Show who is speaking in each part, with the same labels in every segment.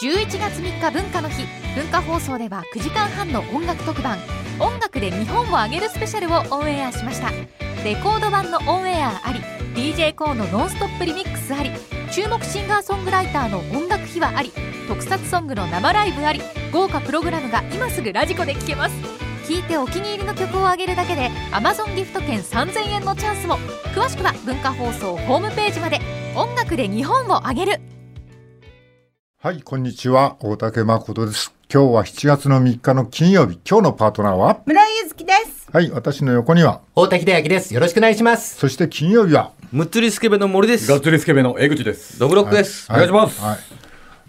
Speaker 1: 11月3日文化の日文化放送では9時間半の音楽特番「音楽で日本をあげるスペシャル」をオンエアしましたレコード版のオンエアあり d j k o の「ノンストップリミックス」あり注目シンガーソングライターの音楽秘話あり特撮ソングの生ライブあり豪華プログラムが今すぐラジコで聴けます聴いてお気に入りの曲をあげるだけで Amazon ギフト券3000円のチャンスも詳しくは文化放送ホームページまで音楽で日本をあげる
Speaker 2: はい、こんにちは。大竹誠です。今日は7月の3日の金曜日。今日のパートナーは
Speaker 3: 村井ゆずきです。
Speaker 2: はい、私の横には。
Speaker 4: 大滝大輝です。よろしくお願いします。
Speaker 2: そして金曜日は。
Speaker 5: むっつりスケベの森です
Speaker 6: ガッ。ツリスケベの江口です。
Speaker 5: ドブロックです。
Speaker 6: お願いします
Speaker 2: はい。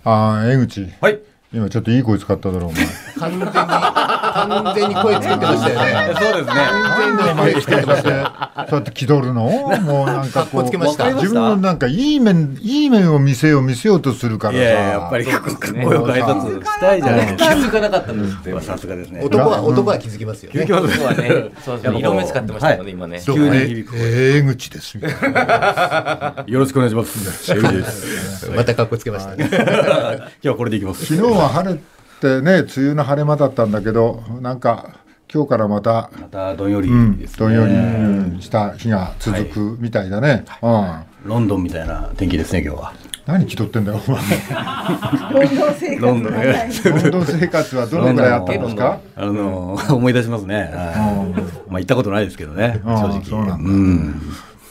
Speaker 2: あー、江口。
Speaker 6: はい。
Speaker 2: 今ちょっといい声使っただろ、お前。
Speaker 4: 完全に、完全に声作ってました よね。
Speaker 6: そうですね。
Speaker 2: なんでお前つけてま して、そうやって気取るのもうなんかこ
Speaker 4: かっこつけました
Speaker 2: う、自分のなんかいい面、いい面を見せよう見せようとするから
Speaker 6: い
Speaker 2: さ。
Speaker 6: やいや、やっぱりかっこよく挨拶したいじゃないですか。気づかなかったんですって。さすがですね。
Speaker 4: 男は、男は気づきますよね。
Speaker 5: 今日は ね、そうそう色目使ってましたもんね、今ね。
Speaker 2: どこで、えー江口ですみ たいな。
Speaker 6: よろしくお願いします。江口です。
Speaker 4: また格好つけましたね。
Speaker 6: 今日はこれでいきます。
Speaker 2: 昨日は晴れてね、梅雨の晴れ間だったんだけど、なんか、今日からまた、
Speaker 6: またどんより
Speaker 2: うん
Speaker 6: です、ね。
Speaker 2: どんよりうんした日が続くみたいだね。
Speaker 6: ロンドンみたいな天気ですね、今日は。
Speaker 2: うん。何気取ってんだよ、お 前。
Speaker 3: ロンドン生活
Speaker 6: ロンドンね
Speaker 3: はい
Speaker 2: 運動生活はどのくらいあったんですか
Speaker 6: あのー、思い出しますね。はいまあ行ったことないですけどね、
Speaker 2: うん
Speaker 6: 正直。
Speaker 2: そうなんだ
Speaker 6: ん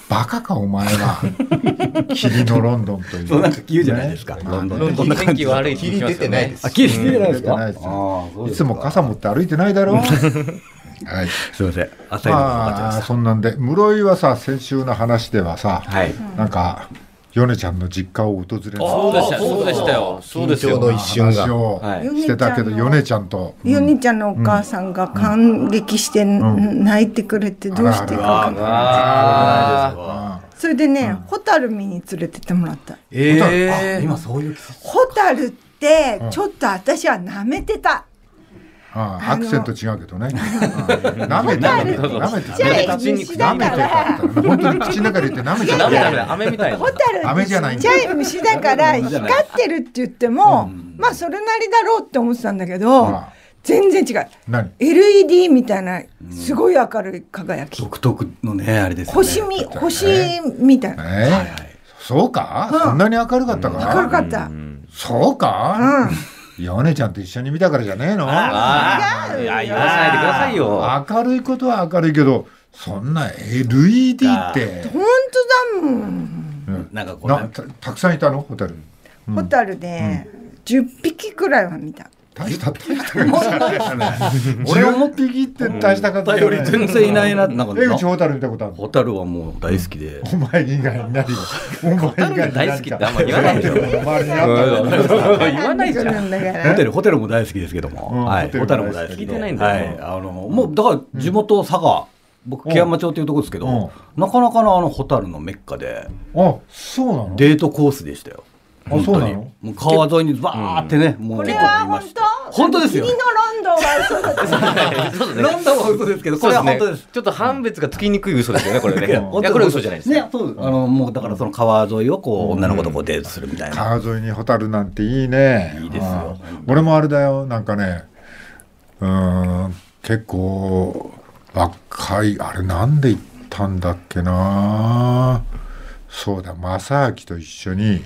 Speaker 2: バカか、お前は。 霧のロンドンという。
Speaker 6: そうなんか言うじゃないですか。ロンドンってこんな
Speaker 5: 天
Speaker 6: 感
Speaker 5: 気
Speaker 6: じ。
Speaker 5: 悪いって
Speaker 4: 切
Speaker 5: 言
Speaker 4: り
Speaker 5: ってま
Speaker 4: 出てない
Speaker 5: したよね
Speaker 4: で。す
Speaker 6: あ、。切り出てないですか。
Speaker 2: うん出てないですよ
Speaker 6: あーそ
Speaker 2: い
Speaker 6: うです
Speaker 2: つ
Speaker 6: か
Speaker 2: も傘持って歩いてないだろはい。
Speaker 6: すみません。浅いのが分かっちゃいま
Speaker 2: まあ、
Speaker 6: した。
Speaker 2: そんなんで、室井はさ、先週の話ではさ、
Speaker 6: はい。
Speaker 2: なんか、ヨネちゃんの実家を訪れる
Speaker 5: そうでした、そうでしたよ。そうで
Speaker 4: 緊
Speaker 5: す
Speaker 4: 張
Speaker 5: よ。
Speaker 4: の一瞬
Speaker 2: 話
Speaker 4: が。
Speaker 2: を
Speaker 6: はい
Speaker 2: してたけど、ヨネちゃんと。
Speaker 3: ユニちゃんのお母さんが感激して泣いてくれてどうしてかわかんない
Speaker 5: あ
Speaker 3: それでね、ホタル見に連れてってもらった
Speaker 5: ーえー。
Speaker 6: 今そういう季節。
Speaker 3: ホタルってちょっと私は舐めてた、
Speaker 2: ああ
Speaker 3: あ
Speaker 2: ア
Speaker 3: の
Speaker 2: クセント違うけど ね。なめてなめてなめて
Speaker 3: じゃ
Speaker 2: なめて
Speaker 3: あ虫だか
Speaker 2: た
Speaker 3: ら
Speaker 2: 本当に口の中で言ってなめちゃ
Speaker 5: ダメ ダメ
Speaker 2: っ
Speaker 5: だ、飴みたいな
Speaker 3: ホ。タル
Speaker 2: ダメじゃない
Speaker 3: ちっちゃい虫だから光ってるって言ってもまあそれなりだろうって思ってたんだけど、
Speaker 2: うん
Speaker 3: 全然違う
Speaker 2: 何
Speaker 3: LED みたいなすごい明るい輝き、
Speaker 6: 独特のね、あれですよね。
Speaker 3: 星み星みたい
Speaker 2: え
Speaker 3: な
Speaker 2: ーそうか、そんなに明るかったか、
Speaker 3: 明るかった、
Speaker 2: そうか、
Speaker 3: うん
Speaker 2: ヨネちゃんと一緒に見たからじゃねえの
Speaker 5: ああ、いや、言わないでくださいよ。
Speaker 2: 明るいことは明るいけどそんな LED って
Speaker 3: 本当だもん。
Speaker 6: なんかこう
Speaker 2: な
Speaker 6: ね、
Speaker 2: たたくさんいたのホテル
Speaker 3: ホタルで10匹くらいは見た。
Speaker 2: 大した大した 俺思って聞いて大した方
Speaker 6: より全然いないな、なんか
Speaker 2: 江
Speaker 6: な
Speaker 2: 口。ホタル見たことある
Speaker 6: ホタルはもう大好きで。
Speaker 2: お前以外に なりお前以外になり
Speaker 5: 大好きってあんま言わないでしょ
Speaker 2: お前になった
Speaker 5: 言わないじゃん。
Speaker 3: んだか
Speaker 6: ホテ
Speaker 3: ら。
Speaker 6: ル、ホテルも大好きですけども。
Speaker 2: うん
Speaker 6: はい。
Speaker 2: ホテ
Speaker 6: ホタ
Speaker 2: ル
Speaker 6: ル
Speaker 2: も
Speaker 6: も
Speaker 2: 大
Speaker 6: 大
Speaker 2: 好
Speaker 6: 好
Speaker 2: き
Speaker 6: きで。
Speaker 5: 聞いてないんだ
Speaker 6: は
Speaker 5: よ
Speaker 6: い。あの、もう、だから、地元佐賀、僕、木山町というとこですけ
Speaker 2: うん
Speaker 6: ど、なかなかのあの、ホタルのメッカで、
Speaker 2: あそうなの
Speaker 6: デートコースでしたよ。
Speaker 2: あ
Speaker 6: 本
Speaker 2: そう
Speaker 6: 当
Speaker 2: な
Speaker 6: に。
Speaker 2: の
Speaker 6: もう川沿いにバーってね、もう
Speaker 3: これ
Speaker 6: 結構
Speaker 3: は
Speaker 6: 見ま
Speaker 3: 本
Speaker 6: した。
Speaker 3: 当
Speaker 6: 本当ですよ
Speaker 3: 君のロンドンは嘘だった。
Speaker 5: そうですね
Speaker 6: ロンドンは嘘ですけど、こ
Speaker 5: そう
Speaker 6: れ
Speaker 5: で
Speaker 6: は
Speaker 5: す
Speaker 6: 本
Speaker 5: ね
Speaker 6: 当です。。
Speaker 5: ちょっと判別がつきにくい嘘ですよね、これね。いや、
Speaker 6: 本
Speaker 5: こ
Speaker 6: 当に
Speaker 5: れ嘘じゃないです。
Speaker 6: ね、そうですあの、もうだからその川沿いをこう、女の子とこうデートするみたいな。
Speaker 2: 川沿いにホタルなんていいね
Speaker 6: いいですよ
Speaker 2: うん俺もあれだよなんかねうーん結構若いあれなんで行ったんだっけなそうだ正明と一緒に、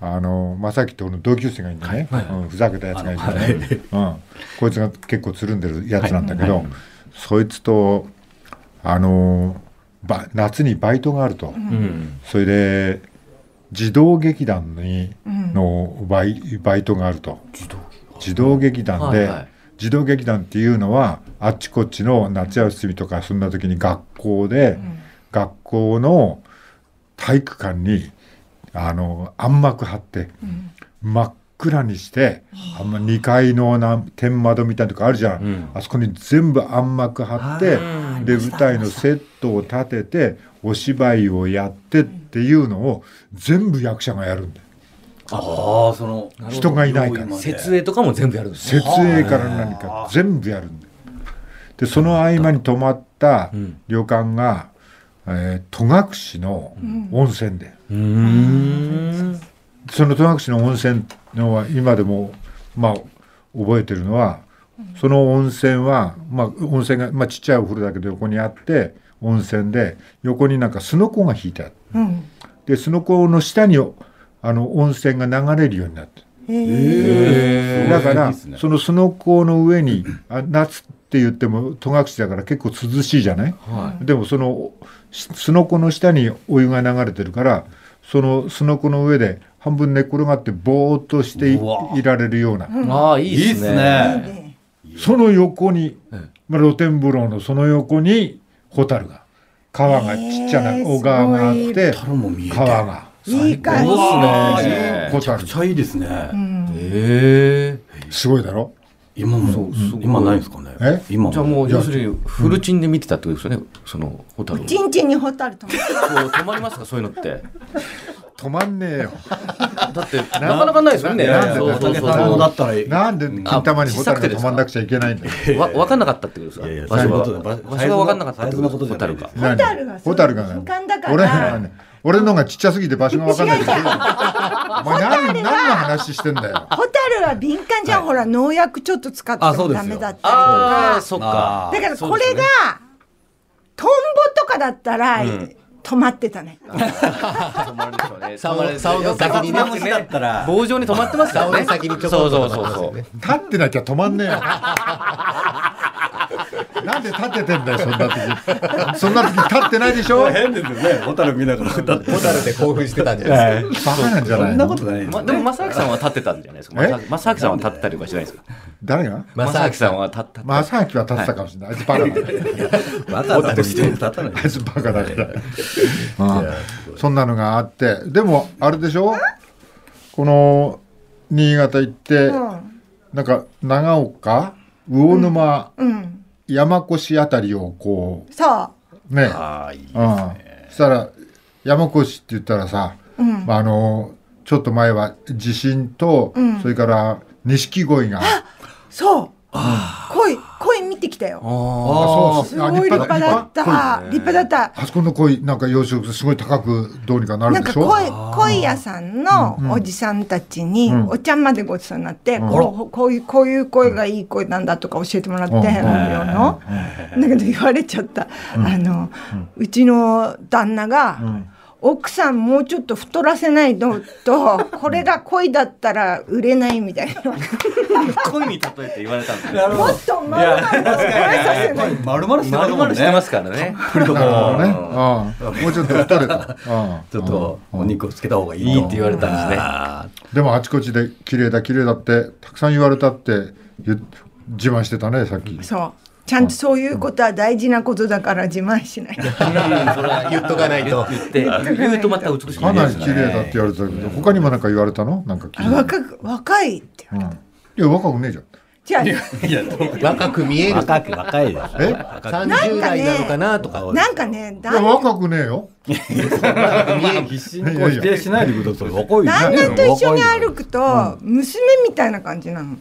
Speaker 2: あの正明と俺の同級生がいるんだね、うんふざけたやつがいるんだね、うん、こいつが結構つるんでるやつなんだけど、そいつとあのば夏にバイトがあると。
Speaker 5: うん。
Speaker 2: それで児童劇団にのバイ,、バイトがあると児童劇団で、
Speaker 5: はいはい
Speaker 2: 児童劇団っていうのはあっちこっちの夏休みとかそんな時に学校で、学校の体育館にあの暗幕張って、真っ暗にしてあんま2階のなん天窓みたいなとこあるじゃん、
Speaker 5: ん
Speaker 2: あそこに全部暗幕張ってで舞台のセットを立ててお芝居をやってっていうのを全部役者がやるんだよ
Speaker 6: ああ、その、
Speaker 2: 人がいないから
Speaker 5: 設営とかも全部やるんです
Speaker 2: 設
Speaker 5: よ。
Speaker 2: 営から何か全部やるんだよでその合間に泊まった
Speaker 5: ん
Speaker 2: 旅館が、えー戸隠の温泉で、
Speaker 5: うーん。
Speaker 2: その戸隠の温泉のは今でもまあ覚えてるのはその温泉は、まあ、温泉が、まあ、ちっちゃいお風呂だけど横にあって温泉で横になんかすのこが引いてあって
Speaker 3: うん
Speaker 2: ですのこの下にあの温泉が流れるようになって
Speaker 3: へー
Speaker 6: へー
Speaker 2: だから、
Speaker 6: いいっすね
Speaker 2: そのすのこの上にあ夏って言っても戸隠だから結構涼しいじゃない、でもそのしすのこの下にお湯が流れてるからそのすのこの上で半分寝っ転がってぼーっとしていう
Speaker 5: わ
Speaker 2: いられるような
Speaker 5: ああい
Speaker 6: いい
Speaker 5: い
Speaker 6: っ
Speaker 5: っ
Speaker 6: すね
Speaker 5: すね。
Speaker 2: その横に、
Speaker 6: うん
Speaker 2: まあ、露天風呂のその横にホタルが川がちっちゃな
Speaker 3: へー
Speaker 2: 小川があって
Speaker 6: 太郎も見えて
Speaker 2: 川が
Speaker 3: いい感じ
Speaker 6: うわー
Speaker 5: いいっす
Speaker 2: ね
Speaker 6: めちゃくちゃいいですね。
Speaker 3: ん
Speaker 6: ええ。
Speaker 2: すごいだろ
Speaker 6: 今も今ないんですかね。
Speaker 2: え
Speaker 6: 今も
Speaker 5: じゃあもう要するにフルチンで見てたってことですよね。そのホ タルを。
Speaker 3: ちんちんにホタルと思
Speaker 5: そう止まりますかそういうのって。
Speaker 2: 止まんねえよ
Speaker 5: だってなかなかないですよね。
Speaker 2: なんで
Speaker 5: そうそ
Speaker 2: な
Speaker 5: う
Speaker 2: んで
Speaker 5: そう
Speaker 2: なんで
Speaker 6: だったらいい。
Speaker 2: なんで金玉にホタルが止まんなくちゃいけないんだよ
Speaker 5: わ分かんなかったってこと
Speaker 6: いやい
Speaker 5: で
Speaker 6: や
Speaker 5: すか。場所
Speaker 6: そういう
Speaker 5: が
Speaker 6: ことだ
Speaker 5: 場所が分かんなかったって
Speaker 6: サイズのことじゃ
Speaker 5: ホ
Speaker 6: な
Speaker 5: タ
Speaker 6: い
Speaker 5: ル
Speaker 6: です
Speaker 2: 何
Speaker 3: ホ
Speaker 5: が。
Speaker 3: タルがそう
Speaker 2: ホタルが
Speaker 3: 主観だから
Speaker 2: 俺のがね俺のがちっちゃすぎて場所が分かんないからお前何何の話してんだよ
Speaker 3: うホタルは敏感じゃん、ほら農薬ちょっと使って
Speaker 6: あそう
Speaker 3: も
Speaker 6: です
Speaker 3: ダ
Speaker 6: よ
Speaker 3: メだったりと
Speaker 5: あ
Speaker 3: か
Speaker 5: あそっか。
Speaker 3: だから
Speaker 5: そう
Speaker 3: こ
Speaker 5: です
Speaker 3: れ
Speaker 5: よね
Speaker 3: が、トンボとかだったら、止まってたね
Speaker 5: 止まるでしょうね。
Speaker 6: サウナサウナ先にねもしだったら
Speaker 5: 棒状に止まってますからね。先にそうそうそうそう。
Speaker 2: 立ってなきゃ止まんねえよなんで立っててんだよそんな時そんな時立ってないでしょバ
Speaker 6: 変ですよね。ホタル見ながら歌って。
Speaker 4: ホタルで興奮してたんじゃないで
Speaker 2: カなんじゃ
Speaker 6: そ
Speaker 2: ない
Speaker 6: んなこ
Speaker 2: の
Speaker 6: とないです
Speaker 5: までも正明さんは立ってたんじゃないですか。
Speaker 2: え
Speaker 5: 正正明さんは立ってたりとかしないですか。
Speaker 2: 誰が
Speaker 5: 正明さんは立った。
Speaker 2: 正明は立ってたかもしれないあいつバカだから
Speaker 6: わざわざして立たない。
Speaker 2: あいつバカだからああそんなのがあってでもあれでしょこの新潟行って
Speaker 3: うん
Speaker 2: なんか長岡魚沼、
Speaker 3: うん
Speaker 2: 山越あたりをこ
Speaker 3: そう
Speaker 2: ね
Speaker 6: ああいい。
Speaker 2: うん、そしたら山越って言ったらさ、
Speaker 3: うん
Speaker 2: まあ、あのちょっと前は地震と、
Speaker 3: うん
Speaker 2: それから錦鯉が
Speaker 3: うそう恋恋見てきたよ
Speaker 2: あ
Speaker 3: すごい立派だっ
Speaker 2: あ
Speaker 3: た立派だった
Speaker 2: あそこの鯉なんか養殖すごい高くどうにかなる
Speaker 3: なん
Speaker 2: で
Speaker 3: か
Speaker 2: しょ
Speaker 3: 恋恋屋さんのおじさんたちに
Speaker 2: うん
Speaker 3: お茶までごちそうになって、
Speaker 2: ん
Speaker 3: こうこういうこういう声がいい声なんだとか教えてもらって、
Speaker 2: うん
Speaker 3: 本名の、だけど言われちゃった、あの、うちの旦那が、
Speaker 2: ん
Speaker 3: 奥さんもうちょっと太らせないのとこれが恋だったら売れないみ たいなも
Speaker 5: 恋に例えて言われたんですよ。
Speaker 6: なる
Speaker 3: っとまるまると恋させない
Speaker 6: まるまるしてますも
Speaker 5: 丸
Speaker 6: ん
Speaker 5: 々
Speaker 6: ね。
Speaker 5: してますからね。
Speaker 2: なるほどね、うんもうちょっと太れた、うん
Speaker 6: ちょっとお肉をつけた方がいいと
Speaker 5: いいって言われたんですね
Speaker 6: あ
Speaker 2: でもあちこちで綺麗だ綺麗だってたくさん言われたって言っ自慢してたねさっき
Speaker 3: そうちゃんとそういうことは大事なことだから自慢しない
Speaker 4: すか。言っとかないと。
Speaker 5: 言って言うとまた美しいですね。
Speaker 2: かなり綺麗だって言われてたけど他にも何か言われたのなんか聞い
Speaker 3: あ
Speaker 2: た
Speaker 3: 若く若いって言われ
Speaker 2: うんいや若くねえじゃん
Speaker 3: たじゃあ
Speaker 6: ーいやどう
Speaker 4: 若く見える。
Speaker 6: 若く若いです。
Speaker 2: え
Speaker 4: 30代なのかなとか。
Speaker 3: なんかね、
Speaker 2: いや
Speaker 3: 旦
Speaker 2: 若くねえよ
Speaker 6: 必死にこう否定しないでください。若いね
Speaker 3: 旦那と一緒に歩くと、娘みたいな感じなの。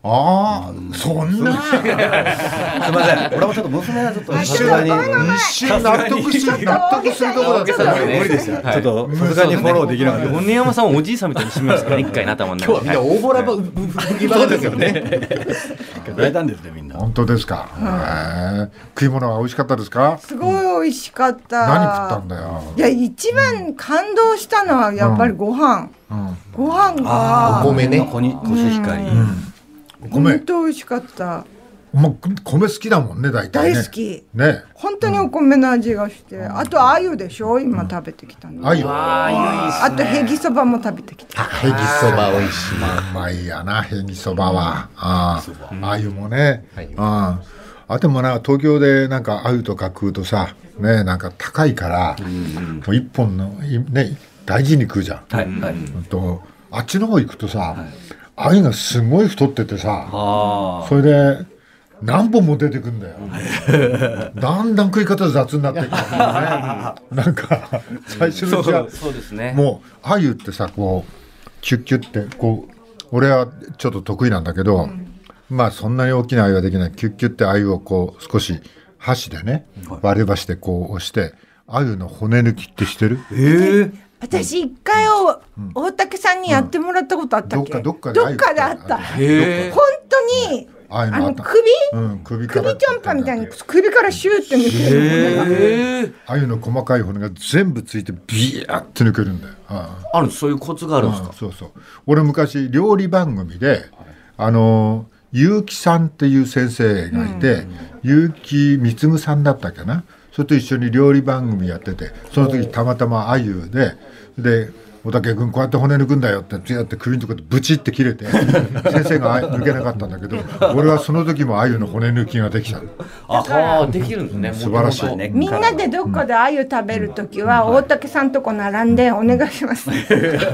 Speaker 2: ああそんな
Speaker 6: すみません。俺もちょっと娘がちょっと
Speaker 3: あ
Speaker 6: さ
Speaker 3: ち
Speaker 6: す
Speaker 3: ょっ
Speaker 6: が
Speaker 3: と
Speaker 6: に。
Speaker 3: ごめんなさい
Speaker 2: 一瞬納得し
Speaker 3: ちょっと
Speaker 2: 納
Speaker 3: 大げ
Speaker 2: 得す
Speaker 3: さ
Speaker 2: る
Speaker 3: い
Speaker 2: とこだっ
Speaker 5: 大げ
Speaker 2: た
Speaker 5: さですね
Speaker 6: 無理ですよ。ち
Speaker 5: はい
Speaker 6: ょっとさすがにフォローできなかったです。
Speaker 5: 米山さんはおじいさんみたいにしてみますからね一回な頭の中
Speaker 4: 今日はみんな
Speaker 5: はい
Speaker 4: 大ボラばぶぶぶぎばですよね。
Speaker 6: 大胆ですねみ んな。
Speaker 2: 本当ですか、へえ食い物は美味しかったですか
Speaker 3: すごい美味しかった。
Speaker 2: 何食ったんだよ、
Speaker 3: いや、一番感動したのは、やっぱりご飯。
Speaker 2: うん、
Speaker 3: ご飯
Speaker 4: あ
Speaker 3: が。
Speaker 4: ー米ね
Speaker 6: コシヒカリ。
Speaker 2: ごめ
Speaker 3: 本
Speaker 2: ん
Speaker 3: 当美味しかった。
Speaker 2: お前米好きだもんね大体
Speaker 3: 大
Speaker 2: ね
Speaker 3: 好き。
Speaker 2: ね
Speaker 3: 本当にお米の味がして、あと鮎でしょ今食べてきたの。
Speaker 2: あいよ
Speaker 3: あとへぎそばも食べてきた。
Speaker 2: ヘギ
Speaker 4: そば美味しい。
Speaker 2: まあうまいやなへぎそばはあああゆもね、あああでもな東京でなんかあゆとか食うとさねなんか高いから、もう一本のいね大事に食うじゃん、
Speaker 6: はいは
Speaker 2: う
Speaker 6: い。
Speaker 2: んとあっちの方行くとさ、あゆがすごい太っててさ
Speaker 6: あ
Speaker 2: それで何本も出てく んだよだんだん食い方雑になってくる、ね、 なんか最初のうちは
Speaker 5: そうですね
Speaker 2: もうあゆってさこうキュッキュッってこう俺はちょっと得意なんだけど、まあそんなに大きなあゆはできないキュッキュッってあゆをこう少し箸でね割り箸でこう押してあゆの骨抜きってしてる
Speaker 6: あ。ええ。
Speaker 3: 私一回を大竹さんにやってもらったことあった
Speaker 2: どっ
Speaker 3: っけ、
Speaker 2: かどっか
Speaker 3: どっかであった
Speaker 2: あ
Speaker 5: へえ
Speaker 3: 本当に
Speaker 2: あいう
Speaker 3: あ
Speaker 2: のあ
Speaker 3: の
Speaker 2: った
Speaker 3: 首
Speaker 2: うん、首から
Speaker 3: 首ちょんぱみたいに首からシューって抜けるのが
Speaker 5: へえ
Speaker 2: ああいうの細かい骨が全部ついてビヤって抜けるんだよ、あ
Speaker 5: あるんですそういうコツがあるんです
Speaker 2: あ
Speaker 5: か
Speaker 2: そうそう俺昔料理番組であの結城さんっていう先生がいて、結城貢さんだったっけなそれと一緒に料理番組やっててその時たまたまあゆでで「小竹君こうやって骨抜くんだよ」ってやって首のとこでブチって切 れて先生があ抜けなかったんだけど俺はその時もあゆの骨抜きができたの
Speaker 5: ああーできるんですね
Speaker 2: 素晴らしい
Speaker 5: もともと
Speaker 3: みんなでどっかで鮎食べるときは大竹さんとこ並んでお願いします。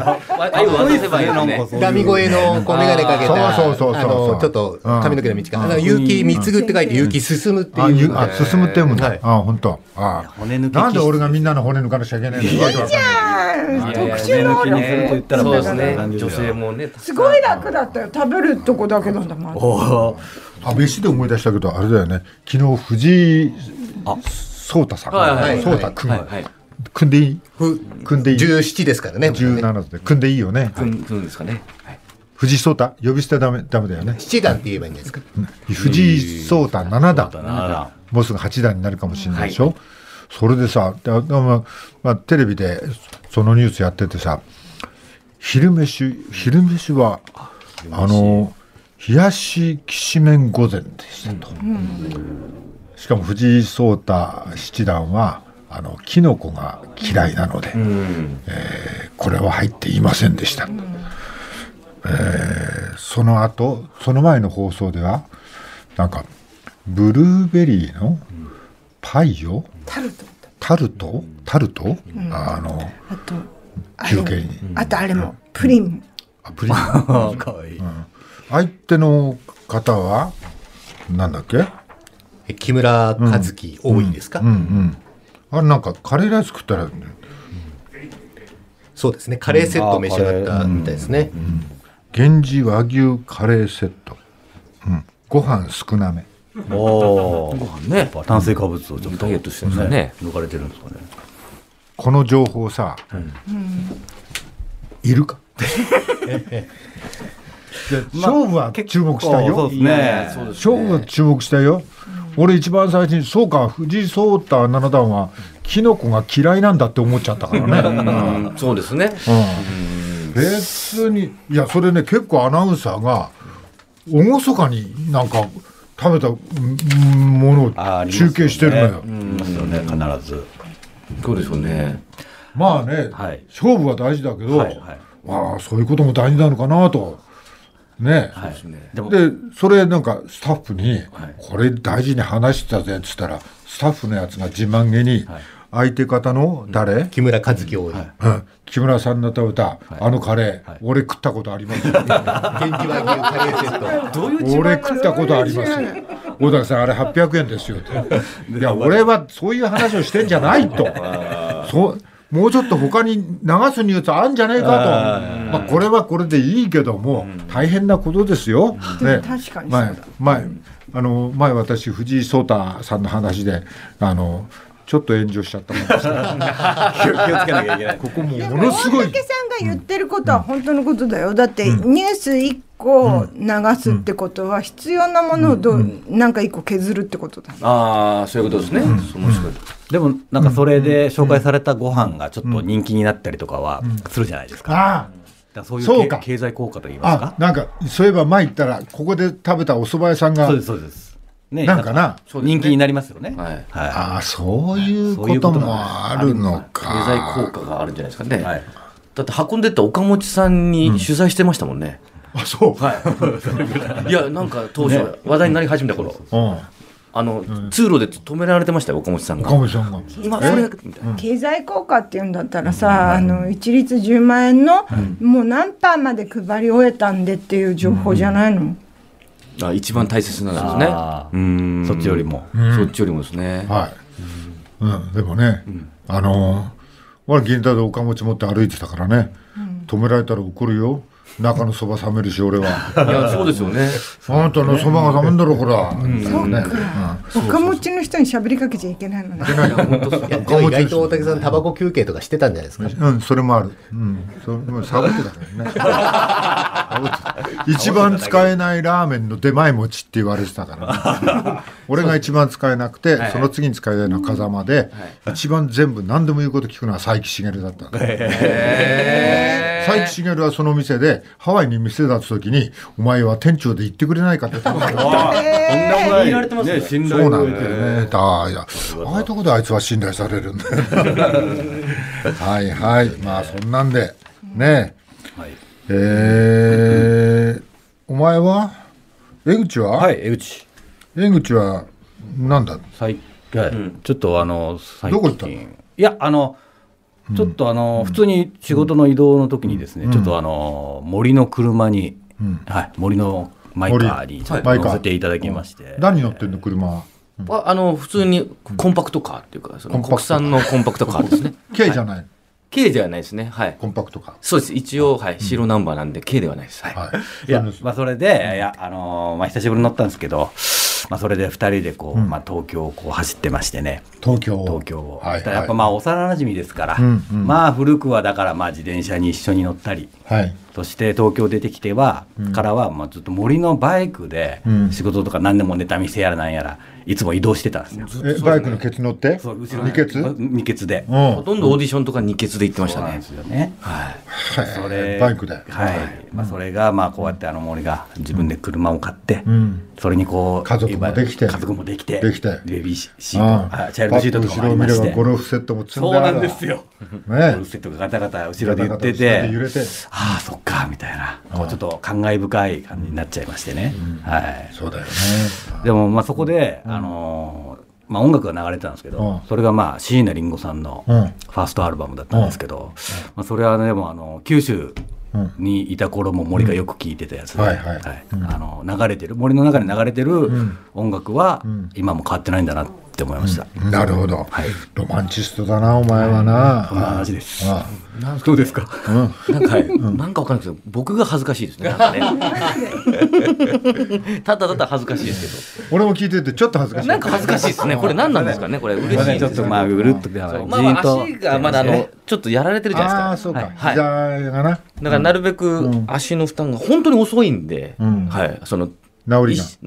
Speaker 5: ああいう渡せばいいのね
Speaker 4: ダミ声のこうメガネかけた、
Speaker 2: そうそうそうそう
Speaker 4: あの、ちょっと髪の毛の道か。あの、勇気貢ぐって書いて、勇気進むって
Speaker 2: あ
Speaker 4: い
Speaker 2: ゆ
Speaker 4: う。
Speaker 2: あ進むって読むんだ、
Speaker 4: はい
Speaker 2: あ本当あ
Speaker 6: 骨抜き
Speaker 2: なんで俺がみんなの骨抜かなきゃいけないのわけわかんない
Speaker 3: 特殊能力
Speaker 6: ね
Speaker 5: ね
Speaker 6: そう
Speaker 5: そ
Speaker 6: で
Speaker 5: うですす
Speaker 6: ね
Speaker 5: ね女性もね
Speaker 3: すごい楽だったよ。食べるとこだけなんだもん。
Speaker 2: あ飯で思い出したけどあれだよね昨日藤井聡太さん
Speaker 5: はいはい
Speaker 2: 聡太君、
Speaker 5: はいはい
Speaker 2: 組んでいい
Speaker 4: ふ
Speaker 2: 組んでいい
Speaker 4: 17ですからね。
Speaker 2: 17で組んでいいよね
Speaker 5: くんくんですかねはい
Speaker 2: 藤井聡太呼び捨てダメダメだよね
Speaker 4: 七段って言えばいいんですか。
Speaker 2: 藤井聡太7段
Speaker 6: な
Speaker 2: もうすぐ8段になるかもしれないでしょ、それでさであでもまあ、テレビでそのニュースやっててさ昼飯昼飯はあの冷やしきしめん御膳でしたと、しかも藤井聡太七段はあのキノコが嫌いなので、えーこれは入っていませんでした、その後その前の放送ではなんかブルーベリーのパイを
Speaker 3: タルト。
Speaker 2: タルトタルト、あの
Speaker 3: あと、あれ
Speaker 2: 休
Speaker 3: も
Speaker 2: 憩に、
Speaker 3: あとあれも、プリンも。
Speaker 2: あプリン
Speaker 6: あ かわいい
Speaker 2: 相手の方はなんだっけ
Speaker 4: え木村和樹多いですか。
Speaker 2: あれなんかカレーライス食ったら
Speaker 4: そうですね。カレーセット召し上がったみたいですね。
Speaker 2: 源氏和牛カレーセット、うん、ご飯少なめ
Speaker 6: おおね炭水化物をちょっと
Speaker 5: ダイエットしてるんですかね
Speaker 6: 抜かれてるんですかね
Speaker 2: この情報さ、いるか いや勝負は注目したよ、
Speaker 6: そうですね
Speaker 2: 勝負注目したよ、俺一番最初にそうか藤井聡太七段はキノコが嫌いなんだって思っちゃったからね、
Speaker 5: うんそうですね
Speaker 2: うん別にいやそれね結構アナウンサーが厳かになんか食べたうんものを
Speaker 6: あーありますよ
Speaker 2: 中継
Speaker 6: ね
Speaker 2: してるのよ
Speaker 6: うんいますよね必ず
Speaker 5: そうでしょうね
Speaker 2: まあね、
Speaker 6: はい
Speaker 2: 勝負は大事だけど、
Speaker 6: はいはい
Speaker 2: まあそういうことも大事なのかなとね、
Speaker 6: はいでも
Speaker 2: でそれなんかスタッフに
Speaker 6: はい
Speaker 2: 「これ大事に話してたぜ」っつったらスタッフのやつが自慢げに
Speaker 6: はい
Speaker 2: 相手方の誰、
Speaker 4: 木村和樹多い。
Speaker 2: うん木村さんの食べたあのカレー、
Speaker 6: はい
Speaker 2: 俺食ったことあります
Speaker 4: 元気和牛カレーセット。
Speaker 6: どういう
Speaker 2: 俺食ったことありますよ小田さんあれ800円ですよ っていや俺はそういう話をしてんじゃないとそうもうちょっと他に流すニュースあるんじゃねえかとまあ、これはこれでいいけども大変なことですよ、ね
Speaker 3: 確かにそうだ
Speaker 2: 前前あの前私藤井聡太さんの話であのちょっと炎上しちゃ ったもんですから
Speaker 6: 気をつけなきゃいけない
Speaker 2: ここも
Speaker 3: で
Speaker 2: う
Speaker 3: も
Speaker 2: ものすご
Speaker 3: 大
Speaker 2: い
Speaker 3: 竹さんが言ってることは本当のことだよ。だって、ニュース一個流すってことは、必要なものをどう、なんか一個削るってことだ。
Speaker 5: ああそういうことですねその人
Speaker 6: でもなんかそれで紹介されたご飯がちょっと人気になったりとかはするじゃないですか。だか
Speaker 2: ああ
Speaker 6: らそういう
Speaker 2: そう
Speaker 6: け
Speaker 2: か
Speaker 6: 経済効果といいます
Speaker 2: あ
Speaker 6: か。
Speaker 2: なんかそういえば前行ったらここで食べたお蕎麦屋さんが
Speaker 6: そうですそうです。ね
Speaker 2: なんかな
Speaker 6: そうですね人気になりますよね。
Speaker 5: はい
Speaker 6: は
Speaker 2: ああそういう
Speaker 6: そうい
Speaker 2: こ
Speaker 6: うことと
Speaker 2: もあるの
Speaker 5: 経
Speaker 2: か
Speaker 5: 済効果があるんじゃないですかね、
Speaker 6: い。はい。
Speaker 5: だって運んでった岡本さんに取材してましたもんね、
Speaker 2: あそう
Speaker 5: いやなんか当初話題になり始めた頃、
Speaker 2: うん
Speaker 5: あの、通路で止められてましたよ岡本さんが
Speaker 2: 岡本さんが
Speaker 5: 今それだけみたいな、
Speaker 3: 経済効果っていうんだったらさ、あの一律10万円の、もう何パーまで配り終えたんでっていう情報じゃないの、
Speaker 5: あ一番大切なんですね
Speaker 6: あ
Speaker 5: う
Speaker 6: ー
Speaker 5: ーん
Speaker 6: そっちよりも
Speaker 5: うんそっちよりもですね、
Speaker 2: はいうんでもねあのー俺銀座で岡本持って歩いてたからね止められたら怒るよ中のそば冷めるし俺は
Speaker 5: いやそうですよね。
Speaker 2: あんたのそばが冷めんだろほら、
Speaker 3: そう
Speaker 2: ね
Speaker 3: 岡持ちの人に喋りかけちゃいけないのね。
Speaker 5: いや本当そういや
Speaker 2: ガモチで
Speaker 4: 意外
Speaker 2: す
Speaker 4: と大竹さんタバコ休憩とかしてたんじゃないですか
Speaker 2: うん、それもある。うん、それもサボってた からねサボってた。一番使えないラーメンの出前持ちって言われてた から。俺が一番使えなくて、その次に使えないのは風間で、一番全部何でも言うこと聞くのは佐伯茂だったんだ。佐伯茂はその店でハワイに店出す時に「お前は店長で行ってくれないか」って言ったんだよ
Speaker 5: 言われてますね。信
Speaker 2: そうなん
Speaker 5: を
Speaker 2: だ
Speaker 5: 得て
Speaker 2: よねああいやああいうとこであいつは信頼されるん だよはいはいまあそんなんでねええーお前は江口は、
Speaker 7: はい、江口。
Speaker 2: 江口はなんだ
Speaker 7: 最はいちょっとあの、最
Speaker 2: どこ行ったの
Speaker 7: いや、あの、ちょっとあの、普通に仕事の移動の時にですね、ちょっとあの、森の車に、はい、森のマイカーに
Speaker 2: 森
Speaker 7: ちょっと
Speaker 2: マイカー
Speaker 7: 乗せていただきまして。
Speaker 2: 何乗ってんの車は
Speaker 5: ああの普通にコンパクトカーっていうかその
Speaker 2: コンパ
Speaker 5: 国
Speaker 2: クト
Speaker 5: 産のコンパクトカーですね。
Speaker 2: K じゃない、
Speaker 5: K ではないですね。はい。
Speaker 2: コンパクトか
Speaker 5: そうです。一応はい白ナンバーなんで K ではないです。はい。
Speaker 2: はい
Speaker 7: いや
Speaker 2: その、
Speaker 7: まあ、それで、いや、あのーまあ、久しぶりに乗ったんですけど、まあ、それで二人でこう、まあ、東京をこう走ってましてね、
Speaker 2: 東京を
Speaker 7: 東京を。
Speaker 2: はい
Speaker 7: やっぱまあ、幼馴染みですから、
Speaker 2: うんうん
Speaker 7: まあ、古くはだから、まあ、自転車に一緒に乗ったり、
Speaker 2: はい
Speaker 7: そして東京出てきては、
Speaker 2: うん
Speaker 7: からは、まあ、ずっと森のバイクで
Speaker 2: うん、
Speaker 7: 仕事とか何でもネタ見せやらなんやら、いつも移動してたんですよ。
Speaker 2: えバイクのケツ乗って
Speaker 7: そう後ろに
Speaker 2: 二ケツうん
Speaker 7: 二ケツで。
Speaker 5: ほとんどオーディションとか二欠で行ってまし
Speaker 7: そ
Speaker 5: た
Speaker 7: うな
Speaker 5: ね
Speaker 7: んで。すよね。
Speaker 5: はい。
Speaker 7: それ
Speaker 2: バイクで
Speaker 7: はい。まあ、それが、まあ、こうやって、あの、森が自分で車を買って、
Speaker 2: うん
Speaker 7: それにこう
Speaker 2: 家族もできて
Speaker 7: 家族もできて
Speaker 2: できて
Speaker 7: ベビーシシートあチャイルドシートとかもありまし
Speaker 2: パッと後ろを見れば
Speaker 7: て
Speaker 2: ゴルフセットも積ん
Speaker 7: そう
Speaker 2: であ
Speaker 7: な
Speaker 2: る
Speaker 7: んですよゴル
Speaker 2: ね
Speaker 7: フセットがガタガタ後ろ
Speaker 2: ガタ
Speaker 7: で言って
Speaker 2: ガタ
Speaker 7: て
Speaker 2: 後ろで揺れて
Speaker 7: ああそっかみたいなこうちょっと感慨深い感じになっちゃいましてね、はい
Speaker 2: そうだよね
Speaker 7: でもまあそこで、あのーまあ、音楽が流れてたんですけど、
Speaker 2: うん
Speaker 7: それがまあ椎名林檎さんの
Speaker 2: うん
Speaker 7: ファーストアルバムだったんですけど、まあ、それはねでもあの九州にいた頃も森がよく聴いてたやつで、
Speaker 2: うんはいはい
Speaker 7: あの流れてる森の中に流れてる音楽は
Speaker 2: ん
Speaker 7: 今も変わってないんだなって思いました、
Speaker 2: なるほど、ロマンチストだなお前はな、
Speaker 7: こんな話です
Speaker 2: あ
Speaker 7: どうですか
Speaker 5: なんか、なんかわかんないですけど、僕が恥ずかしいです ね。なんかねただただ恥ずかしいです
Speaker 2: あ俺も聞いててちょっと恥ずか
Speaker 5: け
Speaker 2: し
Speaker 5: ど。
Speaker 2: い
Speaker 5: なんか恥ずかしいですね。これ何なんですかね。これ嬉しい
Speaker 7: ち
Speaker 5: で
Speaker 7: ょっ
Speaker 5: す
Speaker 7: と
Speaker 5: ね。
Speaker 7: まあぐるっとじ
Speaker 5: そう
Speaker 7: ー
Speaker 5: まあまあ、足
Speaker 7: ン
Speaker 5: がまだあの、ちょっとやられてるじゃ
Speaker 2: あ
Speaker 5: な
Speaker 2: あ
Speaker 5: いです
Speaker 2: そ
Speaker 5: か。
Speaker 2: うか、
Speaker 5: はい。はい
Speaker 2: 膝がな
Speaker 5: だからなるべく足の負担が本当に遅いんで、
Speaker 2: うん
Speaker 5: はい。その、治
Speaker 2: 治り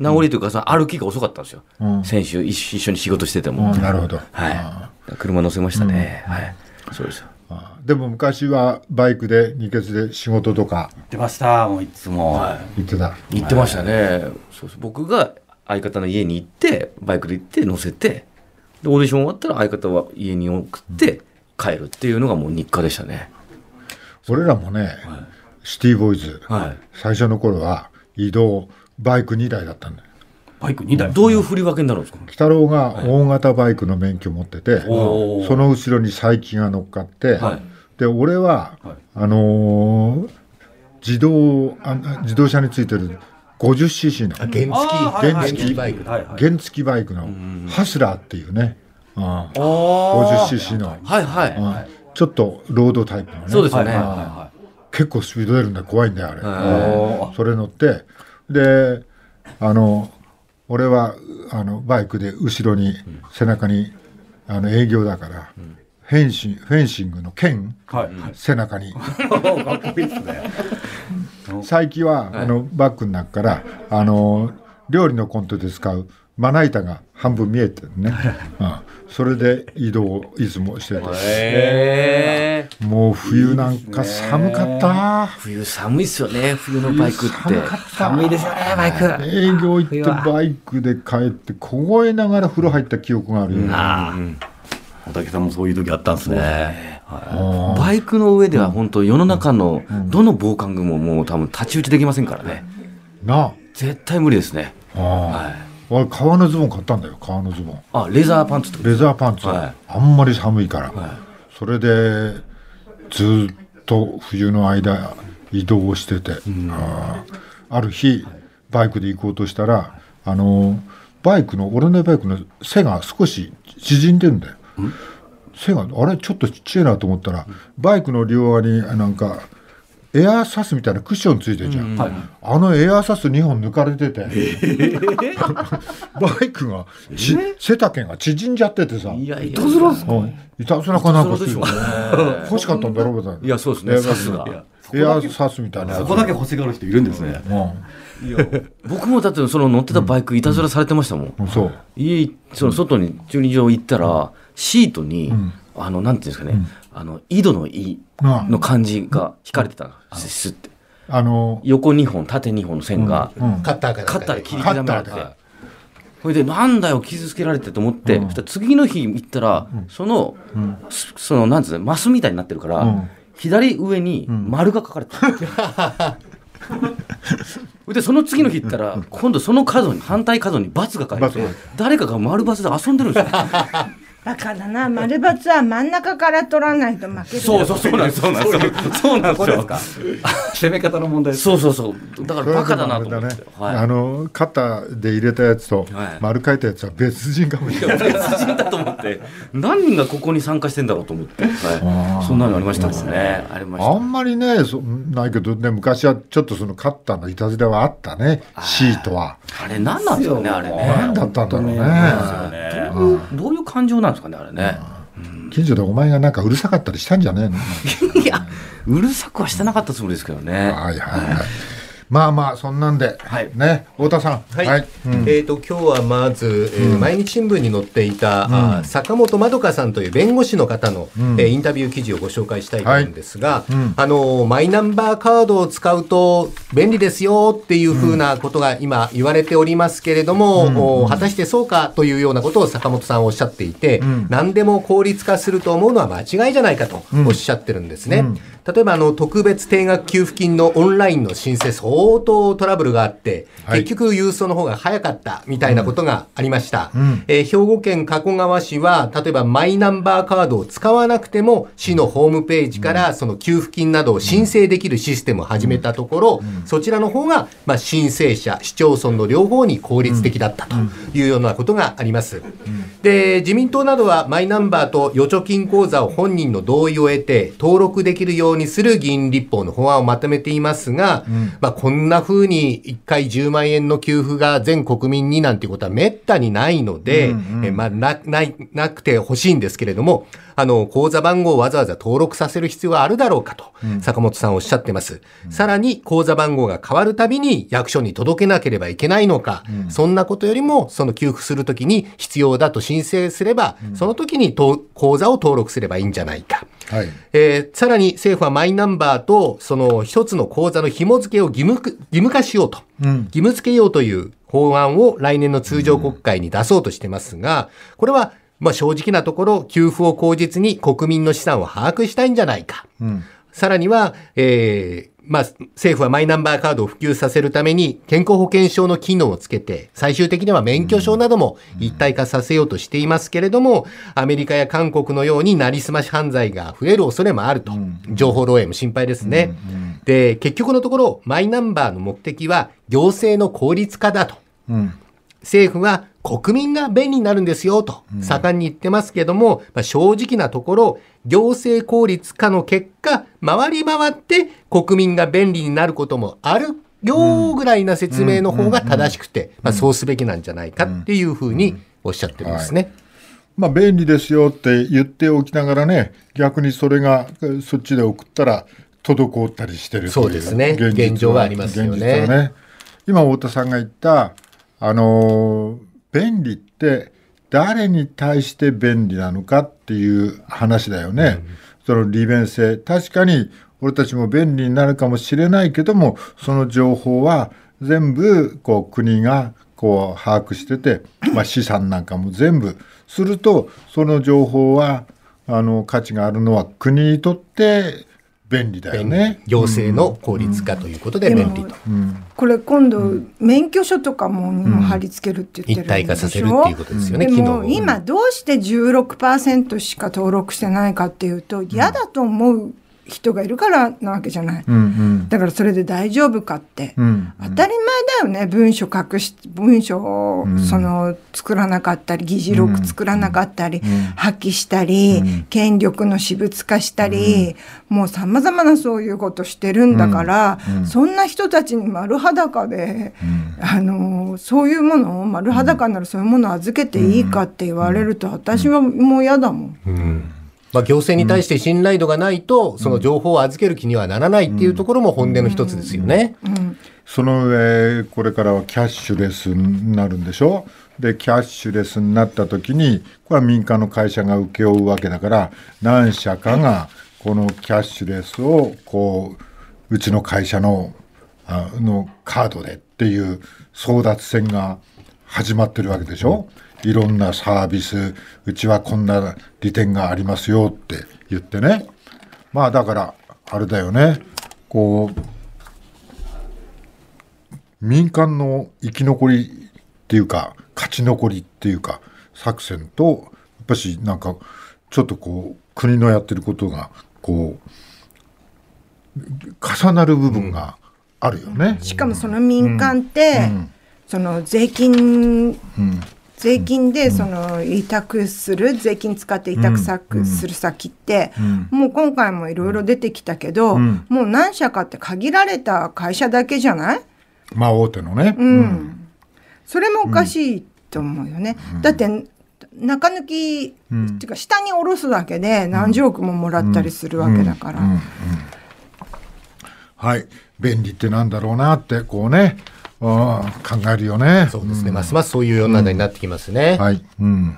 Speaker 2: が
Speaker 5: 治りというか、その歩きが遅かったんですよ。
Speaker 2: うん
Speaker 5: 先週一緒一緒に仕事してても。
Speaker 2: うんなるほど
Speaker 5: はい。車乗せましたね。はい。そうですよ。
Speaker 2: あでも昔はバイクで二血で仕事とか
Speaker 7: ってましたもういつも、
Speaker 2: 行ってた、
Speaker 5: 行ってましたね、そうそう僕が相方の家に行ってバイクで行って乗せてでオーディション終わったら相方は家に送って帰るっていうのがもう日課でしたね、
Speaker 2: 俺らもね、シティボーイズ、
Speaker 5: はい
Speaker 2: 最初の頃は移動バイク2台だったんだよ
Speaker 7: バイク2台
Speaker 5: どういう振り分けになるんですか、
Speaker 2: 北郎が大型バイクの免許持ってて、
Speaker 5: おー
Speaker 2: その後ろに佐伯が乗っかって、
Speaker 5: はい
Speaker 2: で俺は、あのー自動あ自動車についてる 50cc の
Speaker 4: 原付
Speaker 7: あー
Speaker 4: 原
Speaker 7: はい
Speaker 4: 付
Speaker 2: はい
Speaker 4: バイク
Speaker 7: はいはい
Speaker 2: 原付バイクのハスラーっていうね、うん、
Speaker 5: あ
Speaker 2: 50cc の、
Speaker 5: はいはい、
Speaker 2: うんちょっとロードタイプのね
Speaker 5: そうですよね、
Speaker 7: はいはいは
Speaker 2: 結構スピード出るんだよ怖いんだよあれ、
Speaker 5: へ
Speaker 2: うんそれ乗ってであの俺はあのバイクで後ろに、背中にあの営業だから、フェンシンフェンシングの剣、
Speaker 7: はいはい
Speaker 2: 背中に
Speaker 7: おかっこいいっすね
Speaker 2: 最近は、あのバッグの中からあの料理のコントで使うまな板が半分見えてるね、うん、それで移動をいつもしてて
Speaker 5: え
Speaker 2: もう冬なんか寒かった
Speaker 5: 冬寒いっすよね冬のバイクって
Speaker 2: 寒かった
Speaker 7: 寒いですよねバイク
Speaker 2: 営業行ってバイクで帰って凍えながら風呂入った記憶があるよ、
Speaker 7: ああ、大竹さんもそういう時あったんですね。
Speaker 5: バイクの上では本当世の中のどの防寒具ももう多分太刀打ちできませんからね
Speaker 2: な
Speaker 5: 絶対無理ですね
Speaker 2: ああ
Speaker 5: はい
Speaker 2: あ、俺革のズボン買ったんだよ革のズボン
Speaker 5: あレザーパンツってこと
Speaker 2: レザーパンツ、
Speaker 5: はい
Speaker 2: あんまり寒いから、それでずっと冬の間移動してて、あーある日バイクで行こうとしたらあのバイクの俺のバイクの背が少し縮んでんだよ背があれちょっとちっちゃいなと思ったらバイクの両側になんかエアーサスみたいなクッションついてるじゃん、
Speaker 5: うん
Speaker 6: はい
Speaker 2: あのエアーサス2本抜かれてて、バイクがち背丈が縮んじゃっててさ
Speaker 5: いやいや。い
Speaker 6: どうするんすか
Speaker 2: いたずらかなんかする
Speaker 5: いたずらでしょうね
Speaker 2: 欲しかったんだろうみた
Speaker 5: いや、そうですね、さすが。
Speaker 2: エアーサスみたいなやつ
Speaker 6: そこだけ欲しがる人いるんですね。
Speaker 5: 僕もだって、その乗ってたバイク、いたずらされてましたもん。
Speaker 2: うん、そう
Speaker 5: 家、その外に、駐輪場行ったら、シートに
Speaker 2: ん、
Speaker 5: あの、なんていうんですかね、あの、井戸の井
Speaker 2: うん
Speaker 5: の漢字が引かれてたの、すって。
Speaker 2: あの
Speaker 5: 横2本、縦2本の線が、
Speaker 2: うん
Speaker 4: カッターかなんか
Speaker 5: カッターで切り刻められて
Speaker 2: カッター。
Speaker 5: それで、なんだよ、傷つけられてと思って、そしたら次の日行ったら、その、すその、なんつうの、マスみたいになってるか
Speaker 2: うん
Speaker 5: ら、左上に丸が書かれて た。で、その次の日行ったら、今度その角に、反対角に×が書いて
Speaker 2: ×
Speaker 5: て、誰かが丸×で遊んでるんですよ。
Speaker 3: バカだな丸バツは真ん中から取らないと負ける
Speaker 5: そうそう、そうなんです そうなんですそうなんですよ。
Speaker 6: 攻め方の問題です。
Speaker 5: そうそうそう。だからバカだなと思って
Speaker 2: それでも。あれだね
Speaker 5: は
Speaker 2: あ
Speaker 5: い。
Speaker 2: の肩で入れたやつと
Speaker 5: はい
Speaker 2: 丸書いたやつは別人かもしれない、
Speaker 5: 別人だと思って、何人がここに参加してんだろうと思って。 はい。そんなのありましたもんね。ありまし
Speaker 2: あ
Speaker 5: た。
Speaker 2: んまりねそないけどね昔はちょっとそのカッターのいたずらはあったねシートは
Speaker 5: あれ何なんですかね、あれ
Speaker 2: 何
Speaker 5: ね。
Speaker 2: だったんだろうね
Speaker 5: どういうどういう感情なんですかね、あれね。
Speaker 2: 近所でお前がなんかうるさかったりしたんじゃねえの
Speaker 5: いや、うるさくはしてなかったつもりですけど
Speaker 2: は
Speaker 5: ね。
Speaker 2: いはいはい まあまあそんなんで、
Speaker 5: はい
Speaker 2: ね太田さん
Speaker 4: はい、
Speaker 2: うん
Speaker 4: えっ、と今日はまず、えー毎日新聞に載っていた、あー坂本まどかさんという弁護士の方の、えーインタビュー記事をご紹介したいと思うんですが、あのーマイナンバーカードを使うと便利ですよっていうふうなことが今言われておりますけれども、お果たしてそうかというようなことを坂本さんはおっしゃっていて、何でも効率化すると思うのは間違いじゃないかとおっしゃってるんですね。例えばあの特別定額給付金のオンラインの申請相当トラブルがあって、
Speaker 2: はい
Speaker 4: 結局郵送の方が早かったみたいなことがありました、えー兵庫県加古川市は例えばマイナンバーカードを使わなくても市のホームページからその給付金などを申請できるシステムを始めたところ、そちらの方が、まあ、申請者市町村の両方に効率的だったというようなことがあります、で自民党などはマイナンバーと預貯金口座を本人の同意を得て登録できるようにする議員立法の法案をまとめていますが、まあ、こんな風に1回10万円の給付が全国民になんていうことはめったにないので、えまあ、なないなくてほしいんですけれどもあの口座番号をわざわざ登録させる必要はあるだろうかと坂本さんおっしゃってます、さらに口座番号が変わるたびに役所に届けなければいけないのか、そんなことよりもその給付するときに必要だと申請すれば、その時にと口座を登録すればいいんじゃないか。
Speaker 2: はい
Speaker 4: えーさらに政府はマイナンバーとその一つの口座の紐付けを義務く義務化しようと、義務付けようという法案を来年の通常国会に出そうとしてますが、これはまあ正直なところ、給付を口実に国民の資産を把握したいんじゃないか。さらには、えーまあ、政府はマイナンバーカードを普及させるために健康保険証の機能をつけて最終的には免許証なども一体化させようとしていますけれどもアメリカや韓国のようになりすまし犯罪が増える恐れもあると情報漏洩も心配ですね。で結局のところマイナンバーの目的は行政の効率化だと。政府は国民が便利になるんですよと盛んに言ってますけども、まあ正直なところ行政効率化の結果回り回って国民が便利になることもあるよぐらいな説明の方が正しくて、まあ、そうすべきなんじゃないかっていうふうにおっしゃってるんですね。
Speaker 2: まあ、便利ですよって言っておきながらね逆にそれがえーそっちで送ったら滞ったりしてるってい
Speaker 4: そうですね
Speaker 2: は
Speaker 4: 現状はありますよね
Speaker 2: 現実は今太田さんが言ったあのー便利って誰に対して便利なのかっていう話だよね、その利便性確かに俺たちも便利になるかもしれないけどもその情報は全部こう国がこう把握して て、まあ、資産なんかも全部するとその情報はあの価値があるのは国にとって便利だよね。
Speaker 4: 行政の効率化ということで
Speaker 3: うん
Speaker 4: 便利と。
Speaker 3: これ今度、免許証とかももう貼り付けるって言ってる
Speaker 4: 一体化させるっていうことですよね、
Speaker 3: で
Speaker 4: 機能
Speaker 3: も
Speaker 4: を
Speaker 3: 今どうして16%しか登録してないかっていうと嫌だと思う人がいるからなわけじゃない、
Speaker 2: うん
Speaker 3: だからそれで大丈夫かって、
Speaker 2: うん
Speaker 3: 当たり前だよね文書隠し文書を
Speaker 2: うん
Speaker 3: その作らなかったり議事録作らなかったり、
Speaker 2: ん
Speaker 3: 破棄したり、
Speaker 2: うん
Speaker 3: 権力の私物化したり、もうさまざまなそういうことしてるんだから、
Speaker 2: うんうん
Speaker 3: そんな人たちに丸裸で、
Speaker 2: うん
Speaker 3: あのーそういうものを丸裸になるそういうものを預けていいかって言われると、私はもう嫌だもん。
Speaker 4: まあ、行政に対して信頼度がないと、その情報を預ける気にはならないっていうところも本音の一つですよね。
Speaker 2: その上これからはキャッシュレスになるんでしょでキャッシュレスになった時にこれは民間の会社が請け負うわけだから何社かがこのキャッシュレスをこううちの会社のあのカードでっていう争奪戦が始まってるわけでしょいろんなサービスうちはこんな利点がありますよって言ってねまあだからあれだよねこう民間の生き残りっていうか勝ち残りっていうか作戦とやっぱしなんかちょっとこう国のやってることがこう重なる部分があるよね。
Speaker 3: しかもその民間って、その税金、税金でその委託する税金使って委託
Speaker 2: う
Speaker 3: 先
Speaker 2: ん
Speaker 3: する先って、
Speaker 2: うん
Speaker 3: もう今回もいろいろ出てきたけど、
Speaker 2: うん
Speaker 3: もう何社かって限られた会社だけじゃない、
Speaker 2: まあ大手のね。
Speaker 3: うんそれもおかしいと思うよね。だって中抜き、っていうか下に下ろすだけで何十億ももらったりするわけだから。
Speaker 2: うんうんうんはい便利ってなんだろうなってこうね、うん、考えるよね。
Speaker 4: そうですね。ますますそういう世の中になってきますね。はい。
Speaker 2: はい、うん、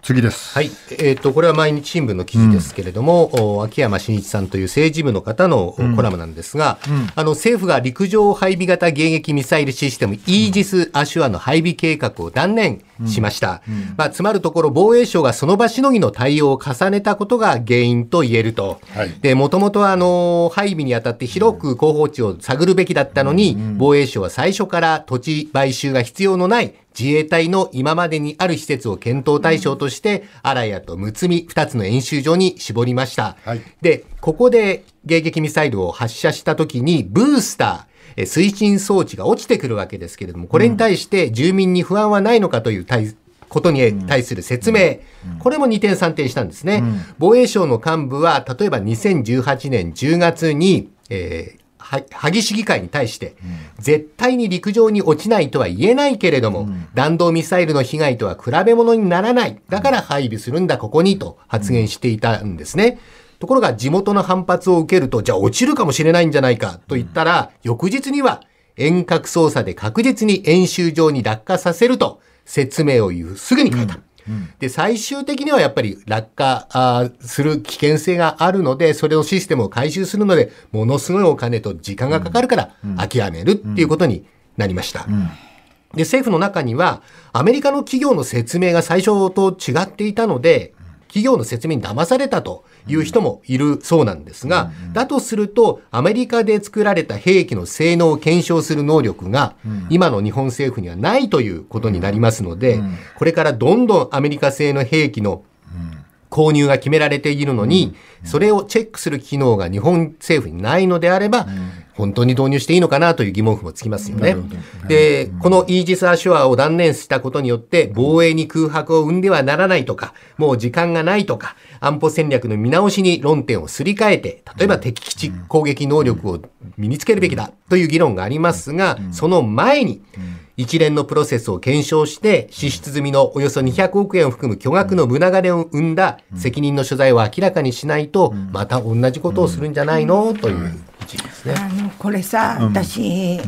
Speaker 2: 次です。
Speaker 4: えっ、と、これは毎日新聞の記事ですけれども、お秋山真一さんという政治部の方のおコラムなんですが、あの、政府が陸上配備型迎撃ミサイルシステム、イージス・アシュアの配備計画を断念しました。まあ、つまるところ、防衛省がその場しのぎの対応を重ねたことが原因と言えると。
Speaker 2: はい
Speaker 4: で、もともとあの、配備にあたって広く広報地を探るべきだったのに、防衛省は最初から土地買収が必要のない自衛隊の今までにある施設を検討対象として、あらやとむつみ2つの演習場に絞りました。
Speaker 2: はい
Speaker 4: で、ここで迎撃ミサイルを発射した時に、ブースター、えー推進装置が落ちてくるわけですけれども、これに対して住民に不安はないのかという対ことに対する説明、これも2点3点したんですね。防衛省の幹部は、例えば2018年10月に、えーは萩市議会に対して、絶対に陸上に落ちないとは言えないけれども、弾道ミサイルの被害とは比べ物にならない。だから配備するんだ、ここに、と発言していたんですね。ところが地元の反発を受けると、じゃあ落ちるかもしれないんじゃないかと言ったら、翌日には遠隔操作で確実に演習場に落下させると説明を言う。すぐに変えた。で、最終的にはやっぱり落下あーする危険性があるので、それをシステムを回収するので、ものすごいお金と時間がかかるから諦めるっていうことになりました。で、政府の中には、アメリカの企業の説明が最初と違っていたので、企業の説明に騙されたという人もいるそうなんですが、だとすると、アメリカで作られた兵器の性能を検証する能力が、今の日本政府にはないということになりますので、これからどんどんアメリカ製の兵器の購入が決められているのに、それをチェックする機能が日本政府にないのであれば、本当に導入していいのかなという疑問符もつきますよね。で、このイージス・アショアを断念したことによって、防衛に空白を生んではならないとか、もう時間がないとか、安保戦略の見直しに論点をすり替えて、例えば敵基地攻撃能力を身につけるべきだという議論がありますが、その前に、一連のプロセスを検証して、支出済みのおよそ200億円を含む巨額の無流れを生んだ責任の所在を明らかにしないと、また同じことをするんじゃないのという一理ですね。
Speaker 3: あのこれさ、私、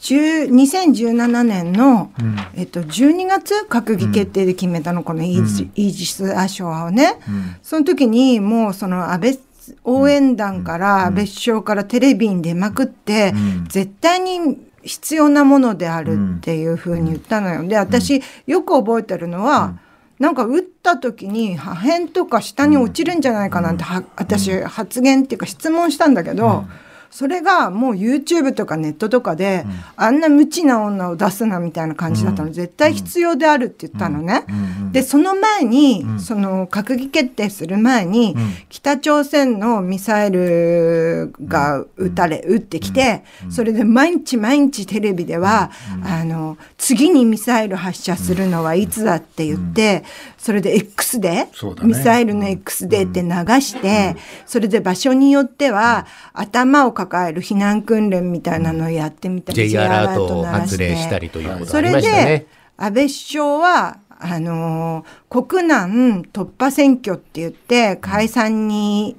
Speaker 3: 10 2017年の、えっと、12月閣議決定で決めたの、このイージ,、イージス・アショアをね、その時にもうその安倍応援団から、安倍首相からテレビに出まくって、絶対に必要なものであるっていうふうに言ったのよ。で私よく覚えてるのは、なんか打った時に破片とか下に落ちるんじゃないかなんては、私発言っていうか質問したんだけど、それがもう YouTube とかネットとかで、あんな無知な女を出すなみたいな感じだったの、絶対必要であるって言ったのね。でその前に、その閣議決定する前に、北朝鮮のミサイルが撃たれ、撃ってきて、それで毎日毎日テレビでは、あの次にミサイル発射するのはいつだって言って、それで X で、
Speaker 2: そうだね
Speaker 3: ミサイルの X でって流して、それで場所によっては頭を抱える避難訓練みたいなのをやってみたり、
Speaker 4: J アラートを
Speaker 3: 鳴ら
Speaker 4: 発令したりということが
Speaker 3: そ
Speaker 4: ありま
Speaker 3: れ
Speaker 4: したね
Speaker 3: で。安倍首相はあのー国難突破選挙って言って解散に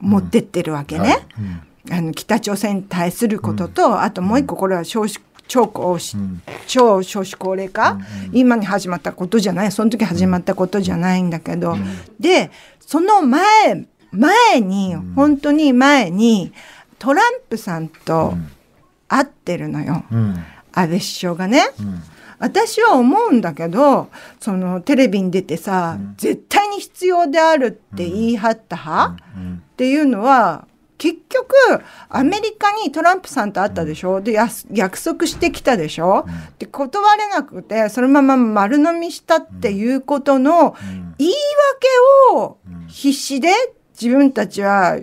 Speaker 3: 持ってってるわけね、あの北朝鮮に対することと、あともう一個これは少子超高し超少子高齢化、今に始まったことじゃないその時始まったことじゃないんだけど、でその前前に本当に前にトランプさんと会ってるのよ。
Speaker 2: うん
Speaker 3: 安倍首相がね、私は思うんだけどそのテレビに出てさ、絶対に必要であるって言い張った派、っていうのは結局アメリカにトランプさんと会ったでしょでやす約束してきたでしょで断れなくてそのまま丸飲みしたっていうことの言い訳を必死で自分たちは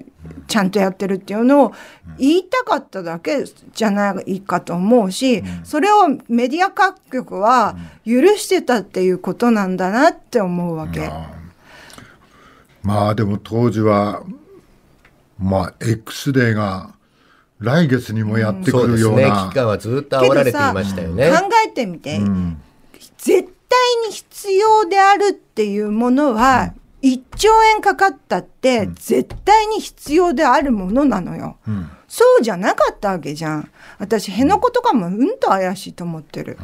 Speaker 3: ちゃんとやってるっていうのを言いたかっただけじゃないかと思うし、それをメディア各局は許してたっていうことなんだなって思うわけ。
Speaker 2: まあでも当時はまあ X デーが来月にもやって
Speaker 4: そ
Speaker 2: く
Speaker 4: うで
Speaker 2: る
Speaker 4: す
Speaker 2: よう
Speaker 4: ね。危
Speaker 2: な、
Speaker 4: 機感はずっと煽られていましたよね
Speaker 3: 考。えてみて、絶対に必要であるっていうものは、1兆円かかったって、絶対に必要であるものなのよ。そうじゃなかったわけじゃん。私、辺野古とかもうんと怪しいと思ってる。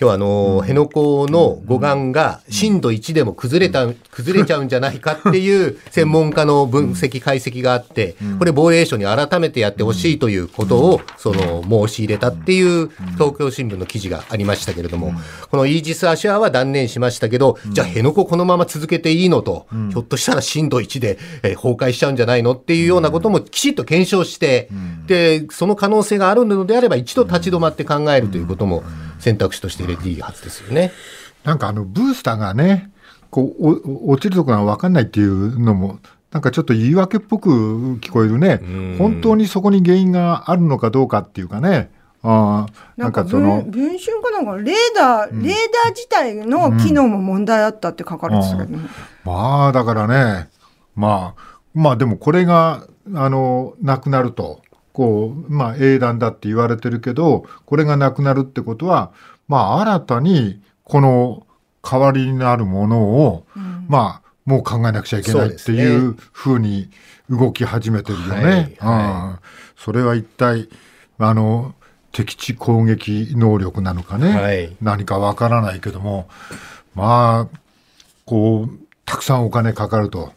Speaker 4: 今日はあのー、辺野古の護岸が震度1でも崩れた、崩れちゃうんじゃないかっていう専門家の分析、解析があって、これ防衛省に改めてやってほしいということを、その、申し入れたっていう東京新聞の記事がありましたけれども、このイージス・アショアは断念しましたけど、じゃあ辺野古このまま続けていいのと、ひょっとしたら震度1で、えー崩壊しちゃうんじゃないのっていうようなこともきちっと検証して、で、その可能性があるのであれば一度立ち止まって考えるということも選択肢として入れていいはずですよね。
Speaker 2: なんかあのブースターがねこうお落ちるところが分かんないっていうのもなんかちょっと言い訳っぽく聞こえるね、本当にそこに原因があるのかどうかっていうかねあー
Speaker 3: なんか
Speaker 2: その
Speaker 3: 文文春かなんかレーダー、レーダー自体の機能も問題あったって書かれてたけど、ね
Speaker 2: まあだからね、まあ、まあでもこれがあのなくなるとこう、まあ、英断だって言われてるけどこれがなくなるってことは、まあ、新たにこの代わりになるものを、まあもう考えなくちゃいけないってい
Speaker 4: そう
Speaker 2: うふうに動き始めてるよね。
Speaker 4: はいはい
Speaker 2: うんそれは一体あの敵地攻撃能力なのかね、
Speaker 4: はい
Speaker 2: 何かわからないけどもまあこうたくさんお金かかると、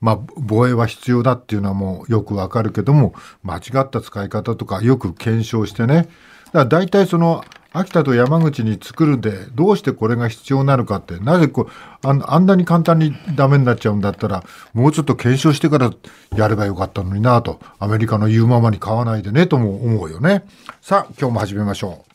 Speaker 2: まあ、防衛は必要だっていうのはもうよくわかるけども間違った使い方とかよく検証してねだから大体その秋田と山口に作るでどうしてこれが必要なのかってなぜこうあんあんなに簡単にダメになっちゃうんだったらもうちょっと検証してからやればよかったのになとアメリカの言うままに買わないでねとも思うよねさあ今日も始めましょう。